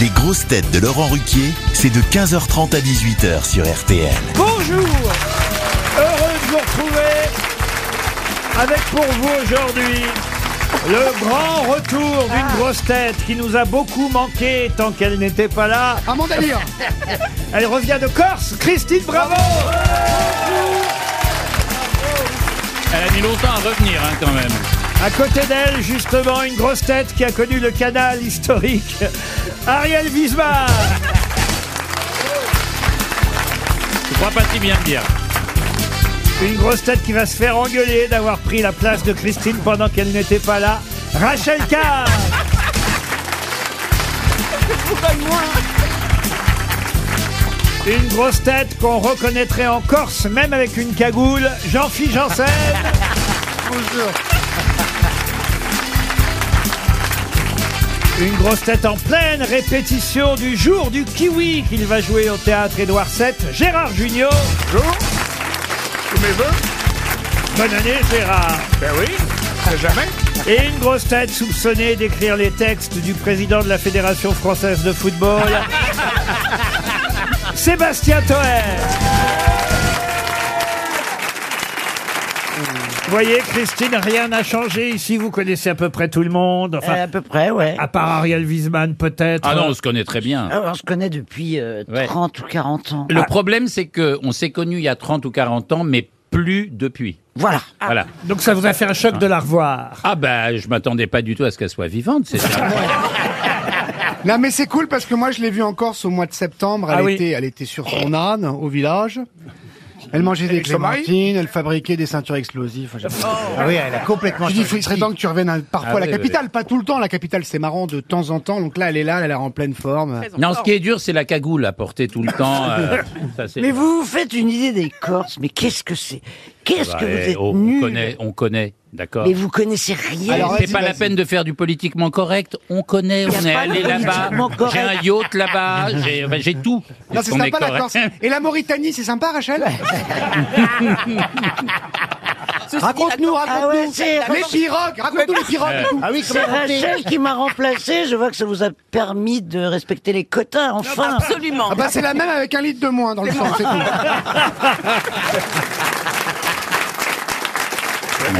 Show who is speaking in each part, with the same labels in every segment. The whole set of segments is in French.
Speaker 1: Les grosses têtes de Laurent Ruquier, c'est de 15h30 à 18h sur RTL.
Speaker 2: Bonjour Heureux de vous retrouver avec pour vous aujourd'hui le grand retour d'une grosse tête qui nous a beaucoup manqué tant qu'elle n'était pas là.
Speaker 3: À mon délire
Speaker 2: Elle revient de Corse, Christine Bravo
Speaker 4: Elle a mis longtemps à revenir hein, quand même.
Speaker 2: À côté d'elle, justement, une grosse tête qui a connu le canal historique, Ariel Wiesmann
Speaker 4: Je crois pas si bien le dire.
Speaker 2: Une grosse tête qui va se faire engueuler d'avoir pris la place de Christine pendant qu'elle n'était pas là. Rachel Kahn Une grosse tête qu'on reconnaîtrait en Corse, même avec une cagoule, Jean-Philippe Janssen Une grosse tête en pleine répétition du jour du kiwi qu'il va jouer au théâtre Édouard VII, Gérard Junior.
Speaker 3: Bonjour Tous mes voeux
Speaker 2: Bonne année Gérard
Speaker 3: Ben oui, c'est jamais
Speaker 2: Et une grosse tête soupçonnée d'écrire les textes du président de la Fédération française de football, Sébastien Toer. Vous voyez, Christine, rien n'a changé ici. Vous connaissez à peu près tout le monde. Enfin,
Speaker 5: Euh, à peu près, ouais.
Speaker 2: à part Ariel Wiesman, peut-être.
Speaker 4: Ah non, on se connaît très bien.
Speaker 5: Ah, on se connaît depuis euh,
Speaker 4: Ouais.
Speaker 5: 30 ou 40 ans.
Speaker 4: Le problème, c'est que on s'est connus il y a 30 ou 40 ans, mais plus depuis.
Speaker 5: Voilà.
Speaker 4: Voilà.
Speaker 2: Donc ça vous a fait un choc de la revoir.
Speaker 4: Ah ben, je m'attendais pas du tout à ce qu'elle soit vivante, c'est ça.
Speaker 3: Non mais c'est cool parce que moi je l'ai vue en Corse au mois de septembre, elle,
Speaker 2: Ah oui.
Speaker 3: était, elle était sur son âne au village. Elle mangeait des clémentines, elle fabriquait des ceintures explosives. Enfin, j'ai-
Speaker 6: Ah oui, elle a complètement
Speaker 3: Je dis,
Speaker 6: changé.
Speaker 3: il serait temps que Oh. tu reviennes à- parfois
Speaker 4: Ah
Speaker 3: à la
Speaker 4: oui,
Speaker 3: capitale, pas tout le temps. La capitale, c'est marrant de temps en temps. Donc là, elle est là, elle est en pleine forme.
Speaker 4: Non, ce qui est dur, c'est la cagoule à porter tout le temps. euh, ça, c'est-
Speaker 5: Mais vous vous faites une idée des Corses, mais qu'est-ce que c'est Qu'est-ce
Speaker 4: Bah,
Speaker 5: que vous
Speaker 4: eh,
Speaker 5: êtes
Speaker 4: oh, on
Speaker 5: nuls.
Speaker 4: connaît, on connaît, d'accord.
Speaker 5: Mais vous connaissez rien.
Speaker 3: Alors,
Speaker 4: C'est
Speaker 3: vas-y,
Speaker 4: pas la
Speaker 3: vas-y.
Speaker 4: peine de faire du politiquement correct. On connaît, on
Speaker 5: a
Speaker 4: est
Speaker 5: pas
Speaker 4: allé
Speaker 5: de
Speaker 4: là-bas.
Speaker 5: politiquement correct.
Speaker 4: J'ai un yacht là-bas. J'ai ben, j'ai tout.
Speaker 3: Non, c'est
Speaker 4: On est
Speaker 3: sympa la
Speaker 4: correct.
Speaker 3: Corse. Et la Mauritanie, c'est sympa, Rachel Raconte-nous,
Speaker 5: Ah ouais,
Speaker 3: raconte-nous.
Speaker 5: c'est
Speaker 3: les pirogues, raconte-nous les pirogues.
Speaker 6: Ah oui,
Speaker 5: c'est Rachel qui m'a remplacé. Je vois que ça vous a permis de respecter les quotas, enfin.
Speaker 3: Ah bah c'est la même avec un litre de moins dans le sang, c'est tout.
Speaker 4: Ah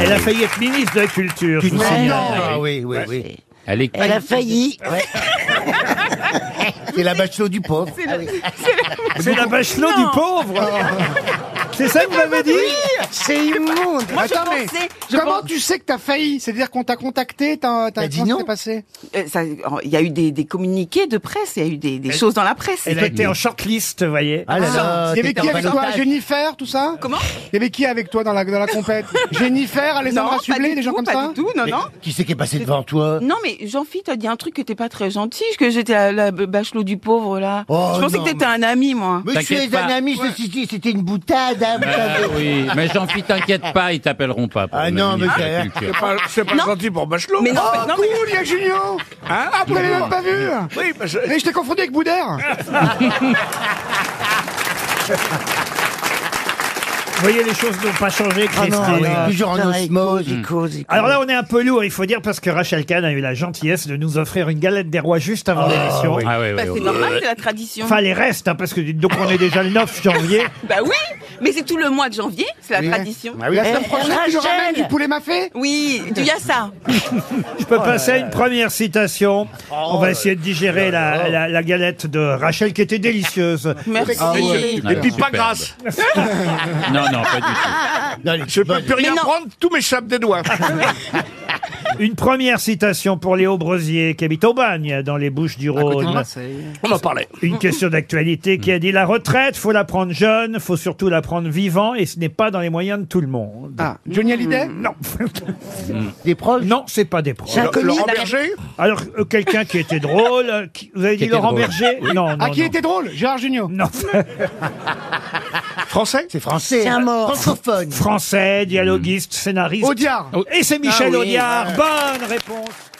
Speaker 2: Elle a failli être ministre de la Culture. je vous
Speaker 5: Ouais,
Speaker 2: signale.
Speaker 5: ouais,
Speaker 6: Ah oui, oui, oui.
Speaker 4: Elle est
Speaker 5: Elle a failli. Ouais.
Speaker 6: C'est la bachelot du pauvre. Ah,
Speaker 2: C'est la bachelot du pauvre. C'est ça que vous m'avez dit
Speaker 5: C'est immonde.
Speaker 3: Attends, mais comment tu sais que t'as failli C'est-à-dire qu'on t'a contacté, t'as t'as
Speaker 6: Bah, dis
Speaker 3: comment ça
Speaker 6: non.
Speaker 3: s'est passé
Speaker 7: Euh, ça- Il y a eu des, des communiqués de presse, il y a eu des, des choses dans la presse.
Speaker 2: Elle a été en shortlist, vous voyez.
Speaker 6: Ah là là,
Speaker 3: Il y avait
Speaker 6: t'étais
Speaker 3: qui
Speaker 6: en
Speaker 3: avec toi
Speaker 6: balotage.
Speaker 3: Jennifer, tout ça
Speaker 7: Comment
Speaker 3: Il y avait qui avec toi dans la, dans la compète Jennifer,
Speaker 7: Non,
Speaker 3: Alessandra
Speaker 7: pas
Speaker 3: Sublet,
Speaker 7: du
Speaker 3: des gens
Speaker 7: tout,
Speaker 3: comme
Speaker 7: pas
Speaker 3: ça
Speaker 7: du tout, non,
Speaker 6: Mais
Speaker 7: non.
Speaker 6: Qui c'est qui est passé devant toi
Speaker 7: Non, mais Jean-Philippe, t'as dit un truc que t'es pas très gentil, que j'étais la, la bachelot du pauvre, là.
Speaker 6: Oh,
Speaker 7: Je pensais
Speaker 6: non,
Speaker 7: que t'étais un ami, moi.
Speaker 6: Monsieur
Speaker 4: T'inquiète
Speaker 6: les
Speaker 4: pas.
Speaker 6: amis, ceci, c'était une boutade. hein, vous savez.
Speaker 4: Ah oui, mais Jean-Philippe, t'inquiète pas, ils t'appelleront pas. pour
Speaker 6: Ah
Speaker 4: le
Speaker 6: non,
Speaker 4: ministre
Speaker 6: mais
Speaker 4: de la
Speaker 6: c'est-
Speaker 4: Culture.
Speaker 8: C'est pas
Speaker 7: Non.
Speaker 8: gentil pour Bachelot.
Speaker 7: Mais non,
Speaker 3: Oh,
Speaker 7: mais- non,
Speaker 3: cool, il y a Junio
Speaker 8: Hein
Speaker 3: Ah, vous l'avez même pas vu
Speaker 8: Oui, parce que-
Speaker 3: Mais je t'ai confondu avec Boudère
Speaker 2: Vous voyez, les choses n'ont pas changé,
Speaker 6: Ah
Speaker 2: Christine.
Speaker 6: non, oui, toujours en
Speaker 5: Putain,
Speaker 6: osmose.
Speaker 5: Zico, Zico.
Speaker 2: Alors là, on est un peu lourd, il faut dire, parce que Rachel Kahn a eu la gentillesse de nous offrir une galette des rois juste avant l'émission.
Speaker 4: Ah oui, oui,
Speaker 7: Bah, c'est
Speaker 4: oui.
Speaker 7: normal, c'est la tradition.
Speaker 2: Enfin, les restes, hein, parce que dites donc on est déjà le 9 janvier.
Speaker 7: Bah oui, mais c'est tout le mois de janvier, c'est la
Speaker 3: Oui.
Speaker 7: tradition.
Speaker 3: Ah oui, La semaine
Speaker 5: Eh,
Speaker 3: prochaine, tu nous
Speaker 5: Rachel
Speaker 3: ramènes du poulet mafé
Speaker 7: Oui, il y a ça.
Speaker 2: Je peux passer à une première citation. on va essayer de digérer la, la- la galette de Rachel, qui était délicieuse.
Speaker 7: Merci.
Speaker 4: Ah,
Speaker 8: Et puis pas
Speaker 4: superbe.
Speaker 8: grâce.
Speaker 4: Non, non, pas du tout.
Speaker 6: Non, elle est
Speaker 8: Je peux
Speaker 6: bonne.
Speaker 8: plus rien
Speaker 7: non.
Speaker 8: prendre, tout m'échappe des doigts.
Speaker 2: Une première citation pour Léo Brosier, qui habite Aubagne, dans les Bouches du Rhône.
Speaker 8: On en parlait.
Speaker 2: Une question d'actualité qui a dit la retraite, faut la prendre jeune, faut surtout la prendre vivant, et ce n'est pas dans les moyens de tout le monde.
Speaker 3: Ah, Johnny Hallyday
Speaker 2: Non,
Speaker 6: Des proches
Speaker 2: non, c'est pas des
Speaker 5: C'est
Speaker 2: problèmes.
Speaker 5: un connu.
Speaker 8: Laurent
Speaker 3: Ah,
Speaker 8: Berger
Speaker 2: Alors euh, quelqu'un qui était drôle, euh, qui- vous avez dit
Speaker 4: était
Speaker 2: Laurent
Speaker 4: drôle.
Speaker 2: Berger Non, non,
Speaker 3: Ah, qui
Speaker 2: non.
Speaker 3: était drôle Gérard Junio
Speaker 2: Non,
Speaker 8: Français
Speaker 6: C'est français.
Speaker 5: C'est un
Speaker 6: hein.
Speaker 5: mort.
Speaker 6: Francophone.
Speaker 2: français, dialoguiste, scénariste.
Speaker 3: Audiard
Speaker 2: Et c'est Michel
Speaker 5: Ah oui.
Speaker 2: Audiard. Bonne réponse